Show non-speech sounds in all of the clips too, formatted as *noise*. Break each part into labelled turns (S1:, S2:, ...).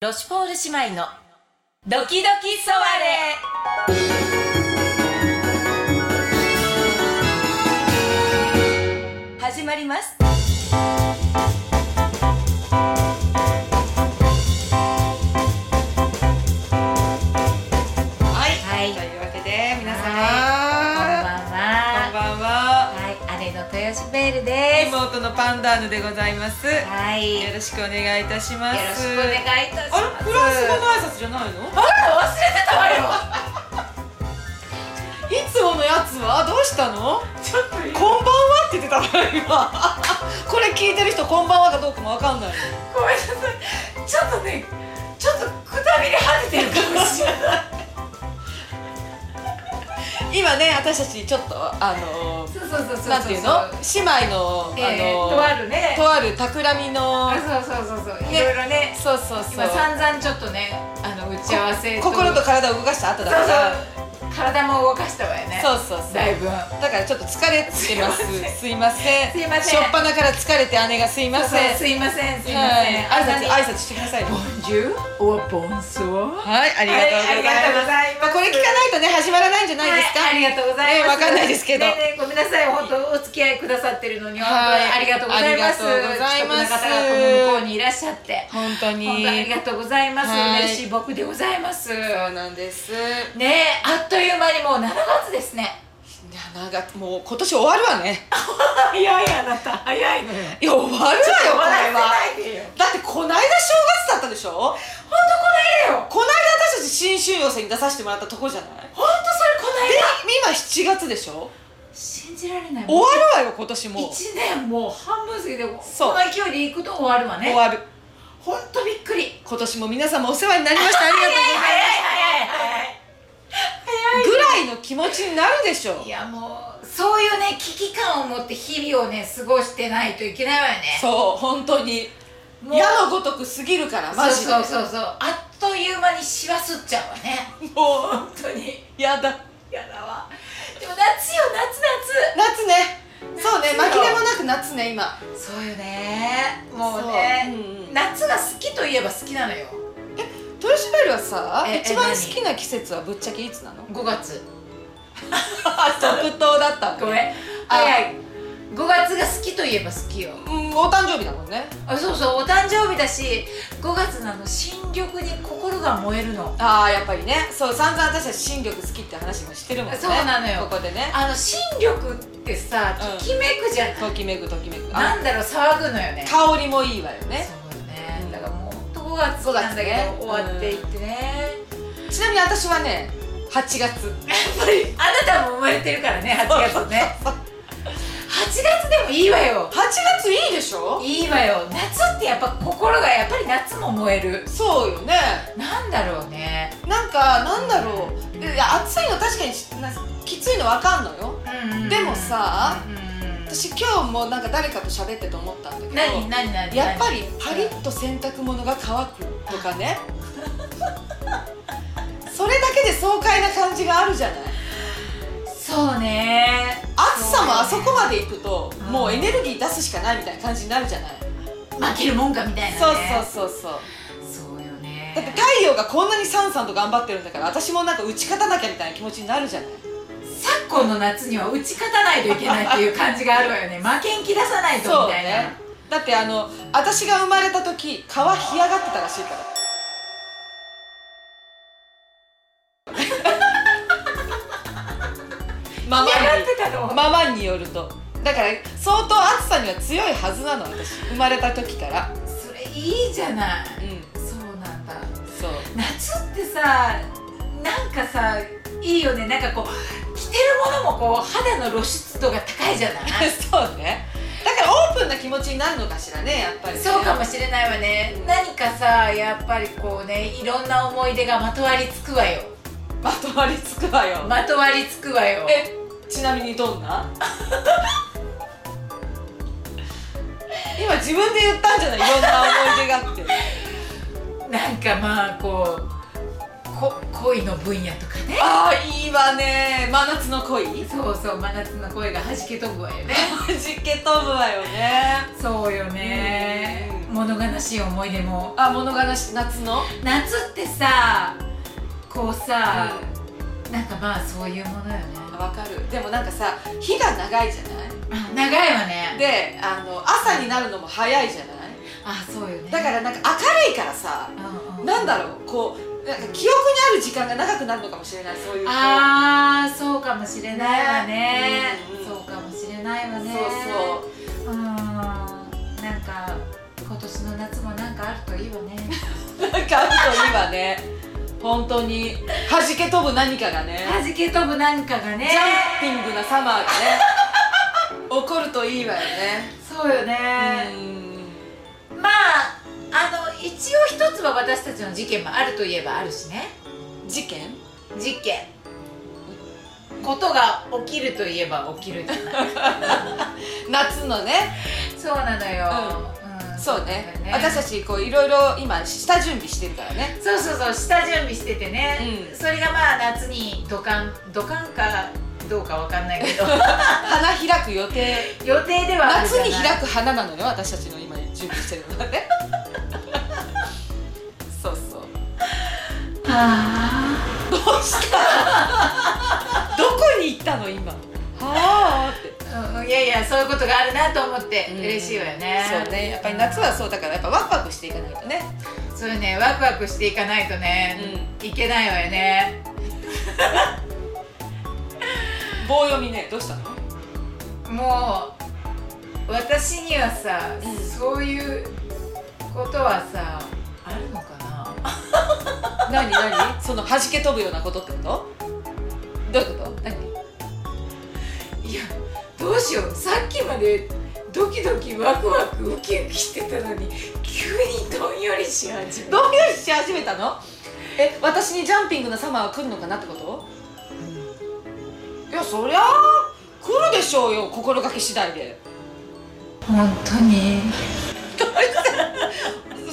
S1: ロシュポール姉妹のドキドキソワレ始まります
S2: はい、
S1: はい
S2: というわけで皆
S1: こんばん
S2: 様、こん
S1: は
S2: ばんは
S1: はい姉の豊洲ベールです
S2: 妹のパンダーヌでございます、
S1: はいよ
S2: よろしくお願いいたします
S1: ろしくお願いいたしま
S2: あ
S1: す
S2: れフランス語の挨拶じゃない
S1: あ
S2: の
S1: ら忘れてたわよ
S2: いつものやつはどうしたの
S1: ちょっと
S2: こんばんはって言ってたの
S1: *laughs*
S2: 今これ聞いてる人こんばんはかどうかもわかんない
S1: ごめんなさいちょっとねちょっとくたびれ跳ねてるかもしれない
S2: 今ね私たちちょっとあの
S1: そうそうそうそうそう
S2: なんていうの姉妹の、
S1: えー
S2: あの
S1: とあるね
S2: とある企みの
S1: あそうそうそうそう、い
S2: ね
S1: ろいろね
S2: そうそうそう
S1: 今散々ちょっとねあの打ち合わせ
S2: 心と
S1: そう
S2: 体を動かした後だから
S1: そう体も動かしたわよね
S2: そうそうそう
S1: だいぶ
S2: だからちょっと疲れてます。
S1: *laughs*
S2: すいません。
S1: すいません
S2: しょっぱなから疲れて姉がすいま
S1: そう
S2: せん。
S1: そうすいませんすいま
S2: は
S1: せ
S2: い
S1: ん、
S2: 挨拶挨拶してください。
S1: ボンジューオボンソー
S2: はい、ありがとうございます。
S1: はいありがとうございます
S2: まあこれ聞かないとね始まらないんじゃないですか。
S1: はい、ありがとうございます。
S2: ねわかんないですけど
S1: ねえねえごめんなさい、本当お付き合いくださってるのに、本
S2: はい
S1: 当にありがとうございます。
S2: ありがとうございます
S1: 貴重な方がこの向こうにいらっしゃって、
S2: 本当に。
S1: 本当にありがとうございます。
S2: はい
S1: 嬉しい僕でございます。
S2: そうなんです。
S1: ねえ、あっという間にもう7月ですね。
S2: いやなんかもう今年終わるわね。
S1: 早いあなた、早いのよ。
S2: いや終わるわよ
S1: 終
S2: こ
S1: わら
S2: れ
S1: せ
S2: は。
S1: ないでよ。
S2: だってこないだ正月だったでしょ。
S1: 本当この間よ。
S2: こないだ私たち新春寄せに出させてもらったとこじゃない。で
S1: 本当それこの間。
S2: 今7月でしょ。
S1: 信じられない。
S2: 終わるわよ今年も。
S1: 1年もう半分過ぎて、こ
S2: そう
S1: の勢いでいくと終わるわ
S2: 終
S1: ね。
S2: わる。
S1: 本当びっくり。
S2: 今年も皆様お世話になりましたありがとうございます。
S1: 早い早い。
S2: ぐらいの気持ちになるでしょう
S1: いやもうそういうね危機感を持って日々をね過ごしてないといけないわよね
S2: そう本当に
S1: もう
S2: 矢のごとく過ぎるからマジで
S1: そうそうそうそうあっという間にしわすっちゃうわね
S2: も
S1: 本当に
S2: うやだ
S1: やだわでも夏よ夏
S2: 夏ねそうね
S1: 夏よ
S2: 紛れもなく夏ね今
S1: 夏そうよねもう
S2: そ
S1: ね
S2: ううんうん
S1: 夏が好きといえば好きなのよ
S2: トヨシベルはさ
S1: ええ
S2: 一番好きな季節はぶっちゃけいつな *laughs* の
S1: 5月
S2: 即答だった
S1: ご
S2: の
S1: めん
S2: あ
S1: 早い5月が好きといえば好きよ
S2: うんお誕生日だもんね
S1: あそうそうお誕生日だし5月のあの新緑に心が燃えるの
S2: ああやっぱりねそう散々私たち新緑好きって話もしてるもんね
S1: そうなのよ
S2: ここでね
S1: あの新緑ってさ
S2: うん
S1: ときめくじゃない、
S2: ときめくときめく
S1: な
S2: あ
S1: んだろう騒ぐのよね
S2: 香りもいいわよね
S1: そうねだからもうほんと5月
S2: 5月ね
S1: なんだけど終わっていってね、
S2: ちなみに私はね8月
S1: やっぱりあなたも生まれてるからね8月ね8月でもいいわよ
S2: 8月いいでしょ
S1: いいわよ夏ってやっぱ心がやっぱり夏も燃える
S2: そうよね
S1: なんだろうね
S2: なんかなんだろうでいや暑いの確かにしなきついのわかんのよでもさ
S1: うんうん
S2: 私今日もなんか誰かと喋ってと思ったんだけど
S1: 何何何
S2: やっぱりパリッと洗濯物が乾くとかね
S1: *laughs*
S2: それだけで爽快な感じがあるじゃない
S1: そうね
S2: 暑さもあ
S1: そ
S2: そう
S1: ね
S2: こまで行くと
S1: うん
S2: もうエネルギー出すしかないみたいな感じになるじゃない
S1: 負けるもんかみたいなね
S2: そうそうそうそう
S1: そうそうよね
S2: だって太陽がこんなにさんさんと頑張ってるんだから私もなんか打ち勝たなきゃみたいな気持ちになるじゃない
S1: 昨今の夏には打ち勝たないといけないっていう感じがあるわよね負けん気出さないと
S2: そう
S1: みたいな
S2: ねだってあの私が生まれた時皮干上がってたら *laughs* しいからママに
S1: 嫌がってたの
S2: ママによるとだから相当暑さには強いはずなの私生まれた時から
S1: それいいじゃない
S2: うん
S1: そうなんだ
S2: そう
S1: 夏ってさなんかさいいよねなんかこう着てるものもこう肌の露出度が高いじゃない
S2: *laughs* そうねだからオープンな気持ちになるのかしらねやっぱりね、
S1: *laughs* そうかもしれないわね何かさやっぱりこうねいろんな思い出がまとわりつくわよ
S2: まとまりつくわよ、
S1: まとわりつくわよ
S2: えちなみにどんな *laughs* 今自分で言ったんじゃないいろんな思い出があって
S1: *laughs* なんかまあこうこ恋の分野とかね
S2: ああいいわね真夏の恋は
S1: そうそう真夏 *laughs* の声が弾け飛ぶわよね
S2: じけ飛ぶわよね
S1: そうよ
S2: ね
S1: ね物悲しい思い出も
S2: あ物悲しい夏の
S1: 夏ってさこうさ、なんかまあそういうものよね
S2: うんわかるでもなんかさ日が長いじゃな
S1: 長いわね
S2: いであの朝になるのも早いじゃない
S1: あそうよね
S2: だからなんか明るいからさ
S1: うんうん
S2: なんだろうこうなんか記憶にある時間が長くなるのかもしれないそういうこう
S1: あーそうかもしれないわね
S2: ねうんうん
S1: そうかもしれないわ
S2: そう
S1: ねう
S2: そう
S1: ーんなんか今年の夏もなんかあるといいわ *laughs* ね
S2: なんかあるといいわね本当に弾け飛ぶ何かがね
S1: 弾け飛ぶなんかがね
S2: ジャンピングなサマーがね起こるといいわよね
S1: そうよね、まああの一応一つは私たちの事件もあるといえばあるしね
S2: うん事件
S1: 事件ことが起きるといえば起きるじゃない
S2: 夏のね
S1: *laughs* そうなのよ、うん
S2: そうね
S1: だよ
S2: 私たちこういろいろ今下準備してるからね
S1: そうそうそう下準備しててね、
S2: うん
S1: それがまあ夏にドカンドカンかどうかわかんない
S2: *laughs*
S1: けど
S2: 花開く予定
S1: 予定ではある
S2: 夏
S1: じゃない
S2: に開く花なのよ私たちの今準備してるのはね *laughs* そうそう
S1: あ
S2: どうしたどこに行ったの今はあって
S1: ーうんいやいやそういうことがあるなと思って嬉しいわよね、
S2: そうねやっぱり夏はそうだからやっぱワクワクしていかないとね
S1: そうねワクワクしていかないとね、いけないわよね
S2: 棒読みねどうしたの
S1: もう私にはさ、
S2: うん
S1: そういうことはさあるのかな
S2: 何何その弾け飛ぶようなことってことどういうこと何
S1: いやどうしようさっきまでドキドキワクワクウキウキしてたのに急にどんよりし始めた、
S2: どんよりし始めたのえ私にジャンピングのサマーは来るのかなってこといやそりゃあ来るでしょうよ心がけ次第で
S1: 本当に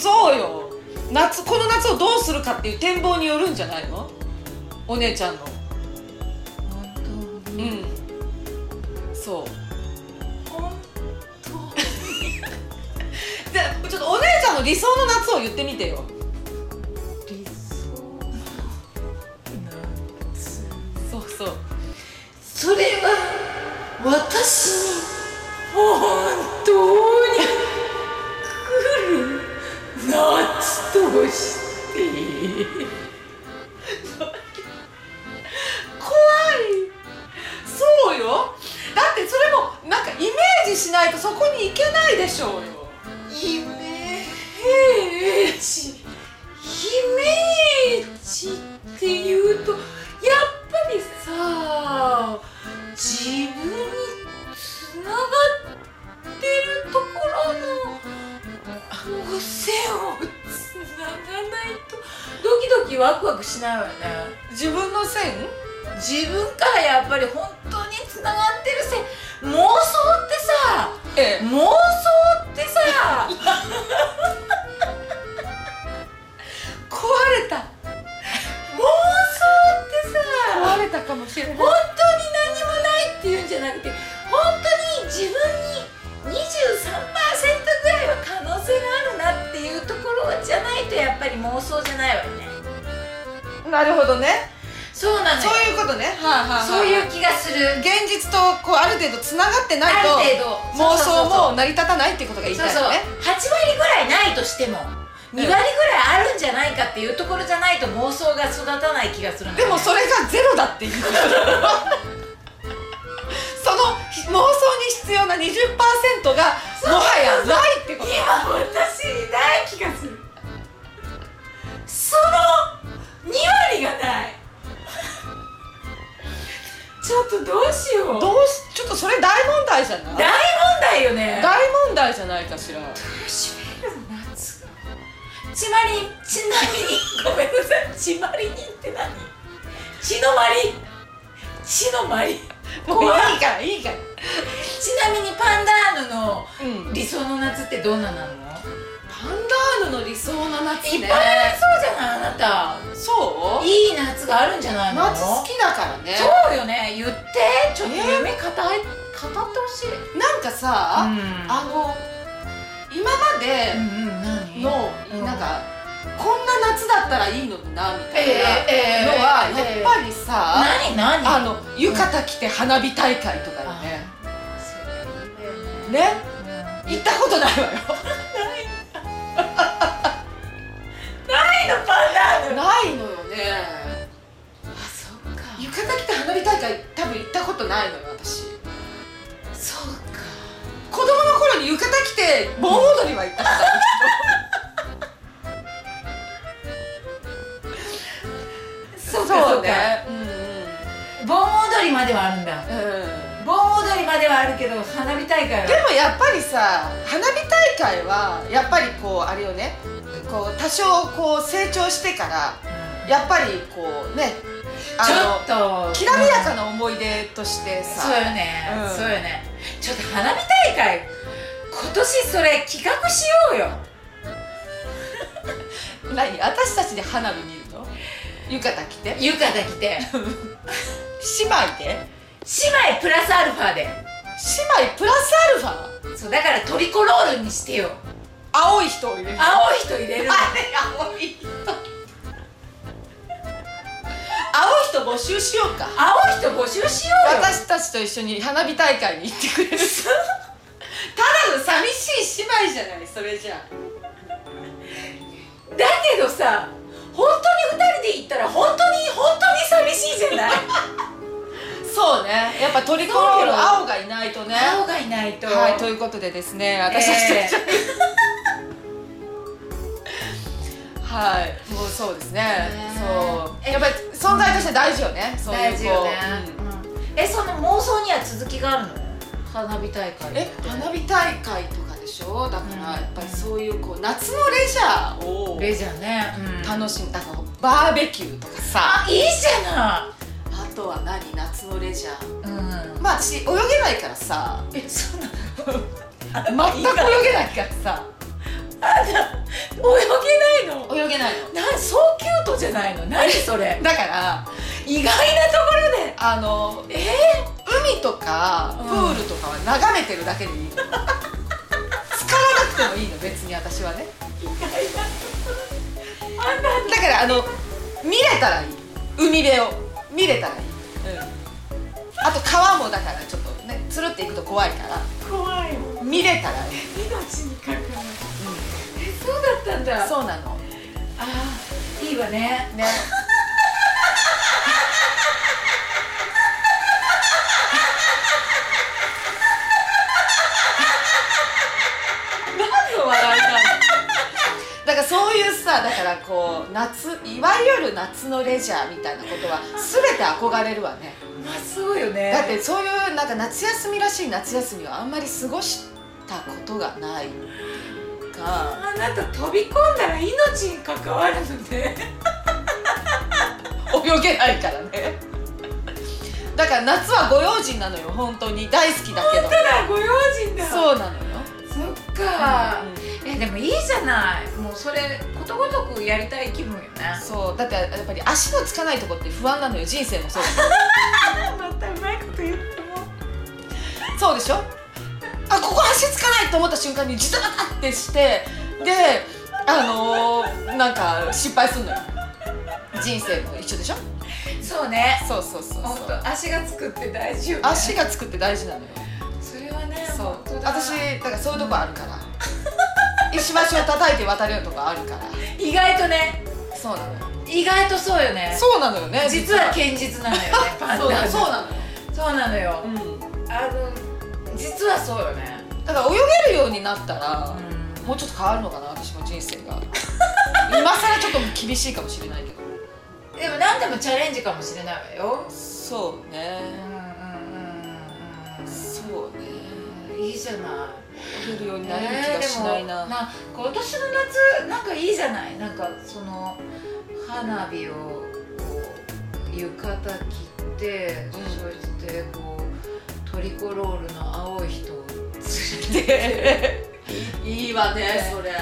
S2: そうよ夏この夏をどうするかっていう展望によるんじゃないのお姉ちゃんの
S1: 本当に、
S2: んそう
S1: 本当
S2: でちょっとお姉ちゃんの理想の夏を言ってみてよ
S1: 理想の夏
S2: そうそう
S1: それは私に本当に来る夏として
S2: 怖いそうよだってそれもなんかイメージしないとそこに行けないでしょうよ
S1: イメージイメージっていうとやっぱりさ自分につながってるところのこう線をつながないとドキドキワクワクしないわよね
S2: 自分の線
S1: 自分からやっぱり本当につながってる線妄想ってさ
S2: え
S1: 妄想ってさ
S2: 壊れた
S1: 妄想ってさ
S2: 壊れたかもしれない
S1: 本当に何もないっていうんじゃなくて本当に自分に23%ぐらいは可能性があるなっていうところじゃないとやっぱり妄想じゃないわよね
S2: なるほどね
S1: そうなの
S2: そう
S1: よ
S2: いうことねはいはい
S1: そう
S2: う
S1: いう気がする
S2: 現実とこうある程度つながってな
S1: あ
S2: い
S1: る
S2: と
S1: 程度
S2: 妄想
S1: そうそうそう
S2: も成り立たないってことが言い
S1: そう
S2: たい
S1: そう
S2: よ
S1: 8割
S2: ね
S1: ぐらいないとしても2割ぐらいあるんじゃないかっていうところじゃないと妄想が育たない気がするの
S2: で
S1: よね
S2: もそれがゼロだっていう *laughs* その妄想に必要な20%がもはやないってこと
S1: 今私にない気がするその2割がないちょっとどうしよう
S2: どうしちょっとそれ大問題じゃな
S1: 大
S2: い
S1: 問題よね
S2: 大問題じゃないかしら
S1: シュベルの夏がちまりんちなみにごめんなさいちまりにって何血のまり血のまり
S2: もう
S1: 怖い
S2: いいからいいから
S1: ちなみにパンダーヌの
S2: うん
S1: 理想の夏ってどんななの
S2: パンダーヌの理想の夏
S1: い
S2: ね
S1: っぱいありそうじゃないあなた
S2: そう
S1: いい夏があるんじゃないの
S2: 夏好きだからね
S1: そうよね言ってちょっと
S2: ね
S1: 夢語,、語ってほしい、
S2: なんかさ、
S1: あ
S2: あの今まで
S1: んうん何
S2: の、
S1: うん
S2: なんかこんな夏だったらいいのになみたいな
S1: え
S2: のはやっぱ
S1: り
S2: りさ、
S1: 何何
S2: あの浴衣着て花火大会とかよねね行ったことないわよ
S1: 何のパンダーヌ
S2: ないのよね
S1: あそっか
S2: 浴衣着て花火大会多分行ったことないのよ私
S1: そうか
S2: 子供の頃に浴衣着て盆踊りは行ったことある
S1: そう
S2: そう
S1: そうね
S2: ねうん
S1: 盆踊りまではあるんだ
S2: うんうん
S1: 盆踊りまではあるけど花火大会は
S2: でもやっぱりさ花火大会はやっぱりこうあれよねこう多少こう成長してから
S1: うん
S2: やっぱりこうね
S1: ち
S2: あの
S1: ょっと
S2: きらびやかな思い出として
S1: そうよ
S2: さ、
S1: ね、
S2: うん
S1: そうよねちょっと花火大会今年それ企画しようよ
S2: 何私たちで花火見るの浴衣着て
S1: 浴衣着て
S2: 姉妹で
S1: 姉妹プラスアルファで
S2: 姉妹プラスアルファ
S1: そうだからトリコロールにしてよ
S2: 青い人を入れる
S1: 青い人入れるの
S2: あれ青い人青い人募集しようか
S1: 青い人募集しようよ
S2: 私たちと一緒に花火大会に行ってくれるただの寂しい姉妹じゃないそれじゃ
S1: だけどさ本当に2人で行ったら本当に本当に寂しいじゃない
S2: そうねやっぱトリコロール *laughs* 青がいないとね
S1: 青がいないと、
S2: はいということでですね私たちと一緒に、はいもうそうですね
S1: ね
S2: そう
S1: え
S2: やっぱり存在として大事よね、そういう
S1: 大事よね
S2: こう、
S1: うんえその妄想には続きがあるの花火大会
S2: え花火大会とかでしょだから
S1: うん
S2: やっぱりそういうこう夏のレジャーを
S1: レジャーね、うん
S2: 楽しむだからバーベキューとかさ
S1: あいいじゃ
S2: あとは何夏のレジャー
S1: ないうん
S2: まあ私泳げないからさ
S1: えそんな
S2: 全く泳げないからさ
S1: 泳げないの
S2: 泳げない
S1: なんそうキュートじゃないの何それ
S2: のだから
S1: 意外なところで
S2: あの
S1: え
S2: 海とか
S1: う
S2: プ
S1: ん
S2: ールとかは眺めてるだけでいいの使わなくてもいいの別に私はね
S1: ー、あんな
S2: だからあの見れたらいい海辺を見れたらいい、うん、あと川もだからちょっとねつるっていくと怖いから
S1: 怖いもん
S2: 見れたらいい、
S1: 命に関わるえそうだったんだ
S2: そうなの
S1: あーいいわね
S2: ね
S1: 何を笑い *laughs* な
S2: だからそういうさだからこう夏いわゆる夏のレジャーみたいなことは全て憧れるわね
S1: のまあそうよね
S2: だってそういうなんか夏休みらしい夏休みをあんまり過ごしたことがないか
S1: あなた飛び込んだら命に関わるのね
S2: 泳げないからねだから夏はご用心なのよ本当に大好きだけ
S1: た
S2: ど
S1: だご用心だう
S2: そうなのよ
S1: そっか、えでもいいじゃないもうそれことごとくやりたい気分よね
S2: そうだってやっぱり足のつかないとこって不安なのよ人生もそうだ
S1: またうまいこと言っても
S2: そうでしょあここ足つかないと思った瞬間にジタバタってしてであのー、なんか失敗すんのよ人生も一緒でしょ
S1: そうね
S2: そうそうそう
S1: 本
S2: そう
S1: 当足がつくって大事よ、ね、
S2: 足がつくって大事なのよ
S1: それはね
S2: そう
S1: 本当だ
S2: 私だからそういうとこあるから石橋を叩いて渡るようなとこあるから
S1: 意外とね
S2: そうなのよ
S1: 意外とそうよね
S2: そうなのよね
S1: 実は堅実なのよねパン
S2: *laughs* そう
S1: ダ
S2: な
S1: の
S2: そうなのよ、
S1: そうなのよ
S2: う
S1: あの実はそうよね
S2: ん、だから泳げるようになったら、もうちょっと変わるのかな私も人生 *laughs* が今更ちょっと厳しいかもしれないけど
S1: でも何でもチャレンジかもしれないわよ
S2: そう
S1: うんうん
S2: ね
S1: うん
S2: そうね
S1: うんうんいいじゃない
S2: 泳げるようになれる気がしないな、
S1: えーでもまあ今年の夏なんかいいじゃないなんかその花火をこう浴衣着て、
S2: うん
S1: そしてこうトリコロールの青い人を連れて
S2: でいいわねそれ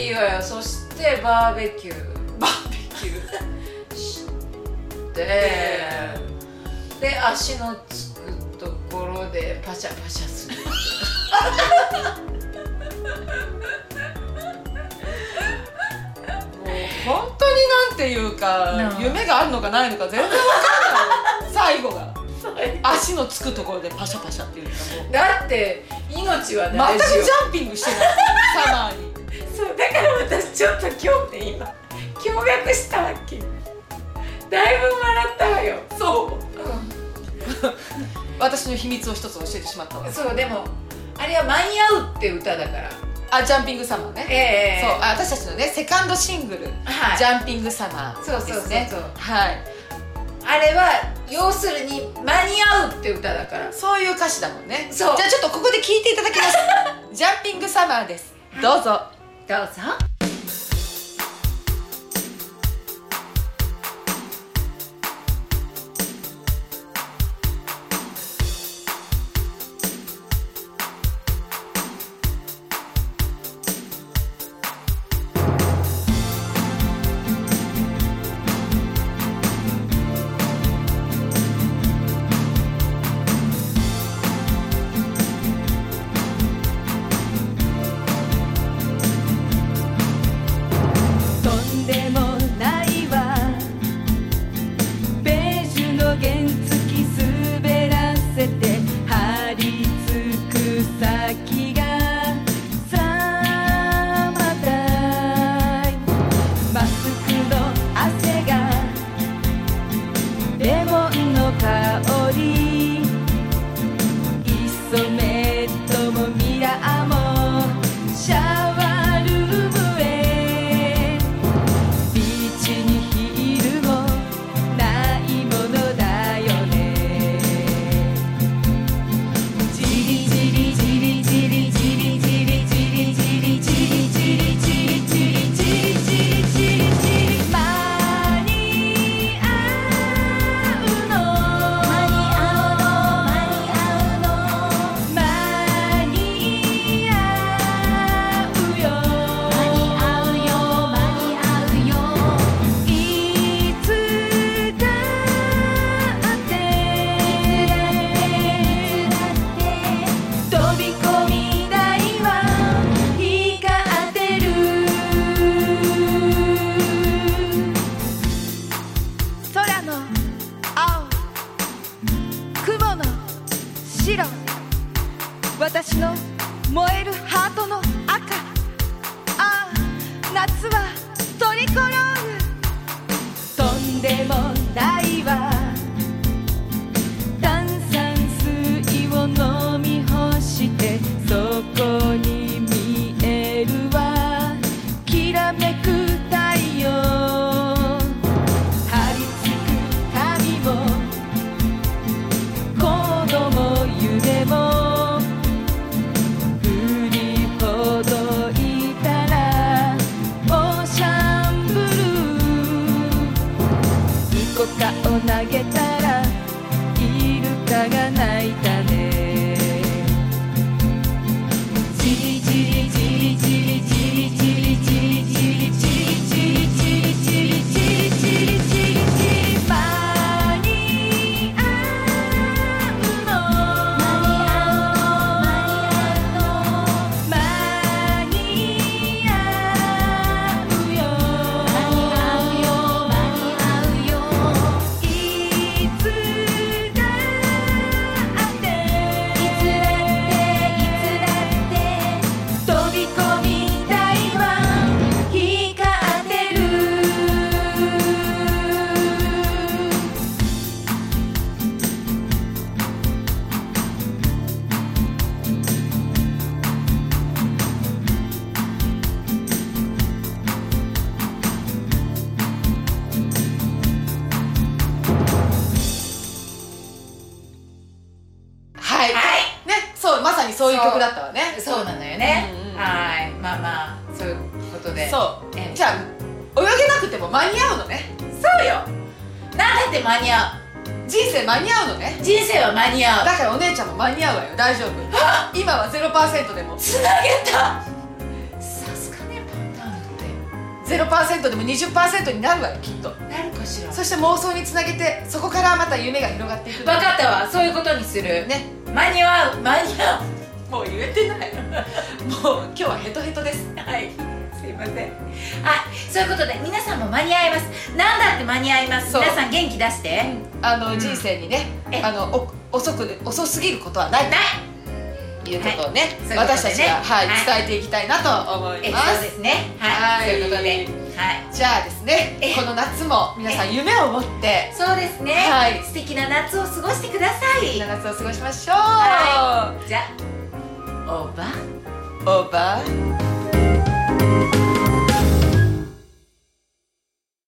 S1: いいわよそしてバーベキュー
S2: バーベキュー
S1: でで足のつく *laughs* ところでパシャパシャする
S2: っていうか
S3: なあ
S2: 夢があるのかないのか全然わかん
S3: *laughs*
S2: ない最後が足のつくところでパシャパシャっていうかも
S3: だって命は
S2: う
S3: 大
S2: 全く
S3: 事よ
S2: ジャンピングして
S3: *laughs*
S2: ないサマーに
S3: そうだから私ちょっと今日ね今驚愕したわけだいぶ笑ったわよ
S2: そ
S3: うん
S2: う私の秘密を一つ教えてしまったわ
S3: そうでもあれは「間に合う」って歌だから
S2: あジャンピングサマーね、
S3: ええ
S2: そうあ私たちのねセカンドシングル
S3: はい
S2: ジャンピングサマーです
S3: そう
S2: ね
S3: そうそうそう、
S2: はい
S3: あれは要するに「間に合う」って歌だから
S2: そういう歌詞だもんね
S3: そう
S2: じゃあちょっとここで聞いていただきます
S3: *laughs*
S2: ジャンピングサマーですどうぞ
S3: どうぞ
S1: とんでもないわベージュの原付き滑らせて張り付く先がサマータイムマスクの汗がレモンの香りイソメットもミラーもシャワールームへビーチにヒールもないものだよねじりじりじりじりじりじりじりじりじりじりじりじりじりじりじりじり間に合うの間に合うの間に合うよ間に合うよ間に合うよいつだって飛び込み台は光ってる空の青雲の白私の燃えるハートの赤ああ夏はトリコロールとんでもないわ炭酸水を飲み干してそこに見えるわきらめく太陽張り付く髪もコードも夢も振りほどいたらオーシャンブルーイコカを投げたらイルカが泣いたねじりじりじりじりじりじりじりじりじりじりじりじりじりじりじりじり間に合うの間に合うよいつだって飛び込みたいわ光ってる
S2: はい、
S3: はい
S2: ねそうまさにそういう曲だったわね
S3: そうなのよね、
S2: うんうんうん
S3: はいまあまあそういうことで
S2: そう
S3: ええ
S2: じゃあ泳げなくても間に合うのね
S3: そうよなんだって間に合
S2: 人生間に合うのね
S3: う人生は間に合う
S2: だからお姉ちゃんも間に合うわよ大丈夫
S1: *laughs*
S2: 今は0%でも
S3: つなげたさすがねパターンっ
S2: 0%でも20%になるわよきっと
S3: てなるかしら
S2: そして妄想につなげてそこからまた夢が広がっていく
S3: 分かったわそういうことにする
S2: ね
S3: 間に合う間に合う
S2: *laughs* もう言えてないもう今日はヘトヘトです
S3: はいすいません
S1: ませんはいそういうことで皆さんも間に合いますなんだって間に合います
S2: そう
S1: 皆さん元気出して
S2: あ
S1: う
S2: の
S1: ん
S2: 人生にね、
S1: え
S2: あのお遅く遅すぎることはない
S1: ない
S2: ということをね、
S1: そういうことでね
S2: 私たちが、はい
S1: はい
S2: 伝えていきたいなと思い
S1: え
S2: ま
S1: そうですすねはい、
S2: はい
S1: ということではい
S2: じゃあですね
S1: え
S2: この夏も皆さん夢を持って
S1: そうですね、
S2: はい
S1: 素敵な夏を過ごしてください
S2: この夏を過ごしましょう、
S1: Oh, bah. はじゃあおば
S2: オーバー